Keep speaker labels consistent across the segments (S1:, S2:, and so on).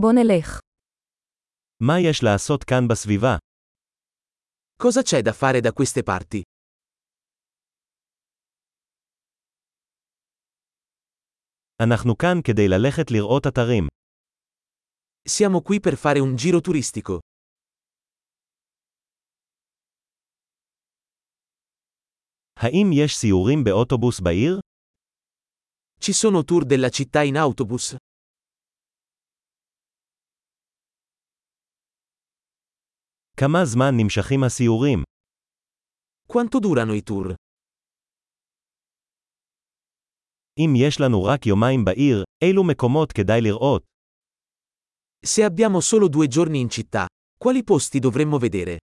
S1: בוא נלך.
S2: מה יש לעשות כאן בסביבה?
S3: Cosa c'è da fare da queste parti?
S2: אנחנו כאן כדי ללכת לראות אתרים.
S3: Siamo qui per fare un giro turistico.
S2: האם יש סיורים באוטובוס בעיר?
S3: Ci sono tour della città in autobus?
S2: כמה זמן נמשכים הסיורים?
S3: Quanto durano i tour?
S2: אם יש לנו רק יומיים בעיר, אילו מקומות כדאי לראות?
S3: Se abbiamo solo due giorni in città, quali posti dovremmo vedere?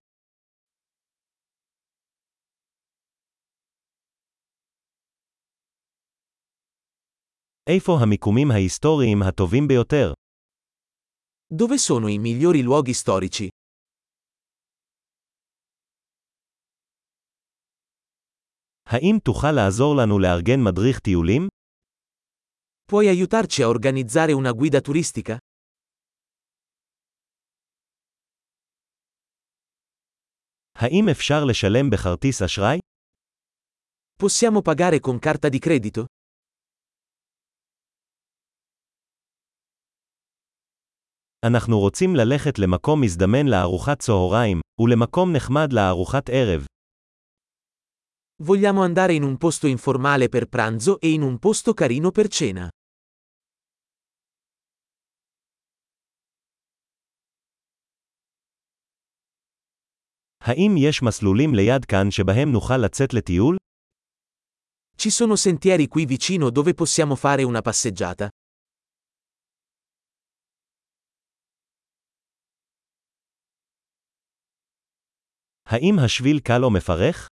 S2: איפה המיקומים ההיסטוריים הטובים ביותר?
S3: Dove sono i migliori luoghi storici?
S2: האם תוכל לעזור לנו לארגן מדריך טיולים?
S3: Puoi aiutarci a organizzare una guida turistica?
S2: האם אפשר לשלם בכרטיס אשראי?
S3: Possiamo pagare con carta di credito?
S2: אנחנו רוצים ללכת למקום מזדמן לארוחת צהריים, ולמקום נחמד לארוחת ערב.
S3: Vogliamo andare in un posto informale per pranzo e in un posto carino per cena.
S2: האם יש מסלולים ליד כאן שבהם נוכל לצאת לטיול?
S3: Ci sono sentieri qui vicino dove possiamo fare una passeggiata.
S2: האם השביל קל או מפרך?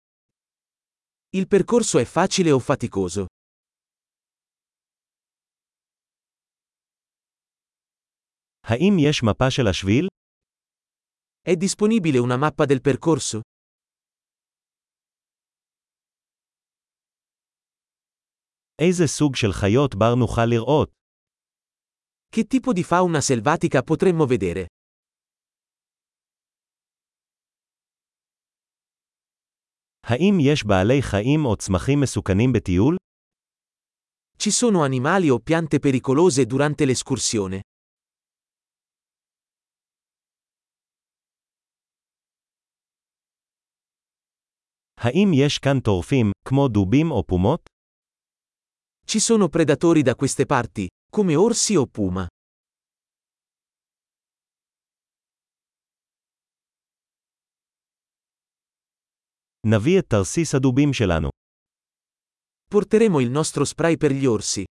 S3: Il percorso è facile o faticoso?
S2: האם יש מפה של השביל?
S3: È disponibile una mappa del percorso?
S2: איזה סוג של חיות בר נוכל לראות?
S3: Che tipo di fauna selvatica potremmo vedere?
S2: האם יש בעלי חיים או צמחים מסוכנים בטיול?
S3: Ci sono animali o piante pericolose durante l'escursione?
S2: האם יש כאן טורפים, כמו דובים או פומות?
S3: Ci sono predatori da queste parti, come orsi o puma.
S2: נביא את תרסיס הדובים שלנו.
S3: Porteremo il nostro spray per gli orsi.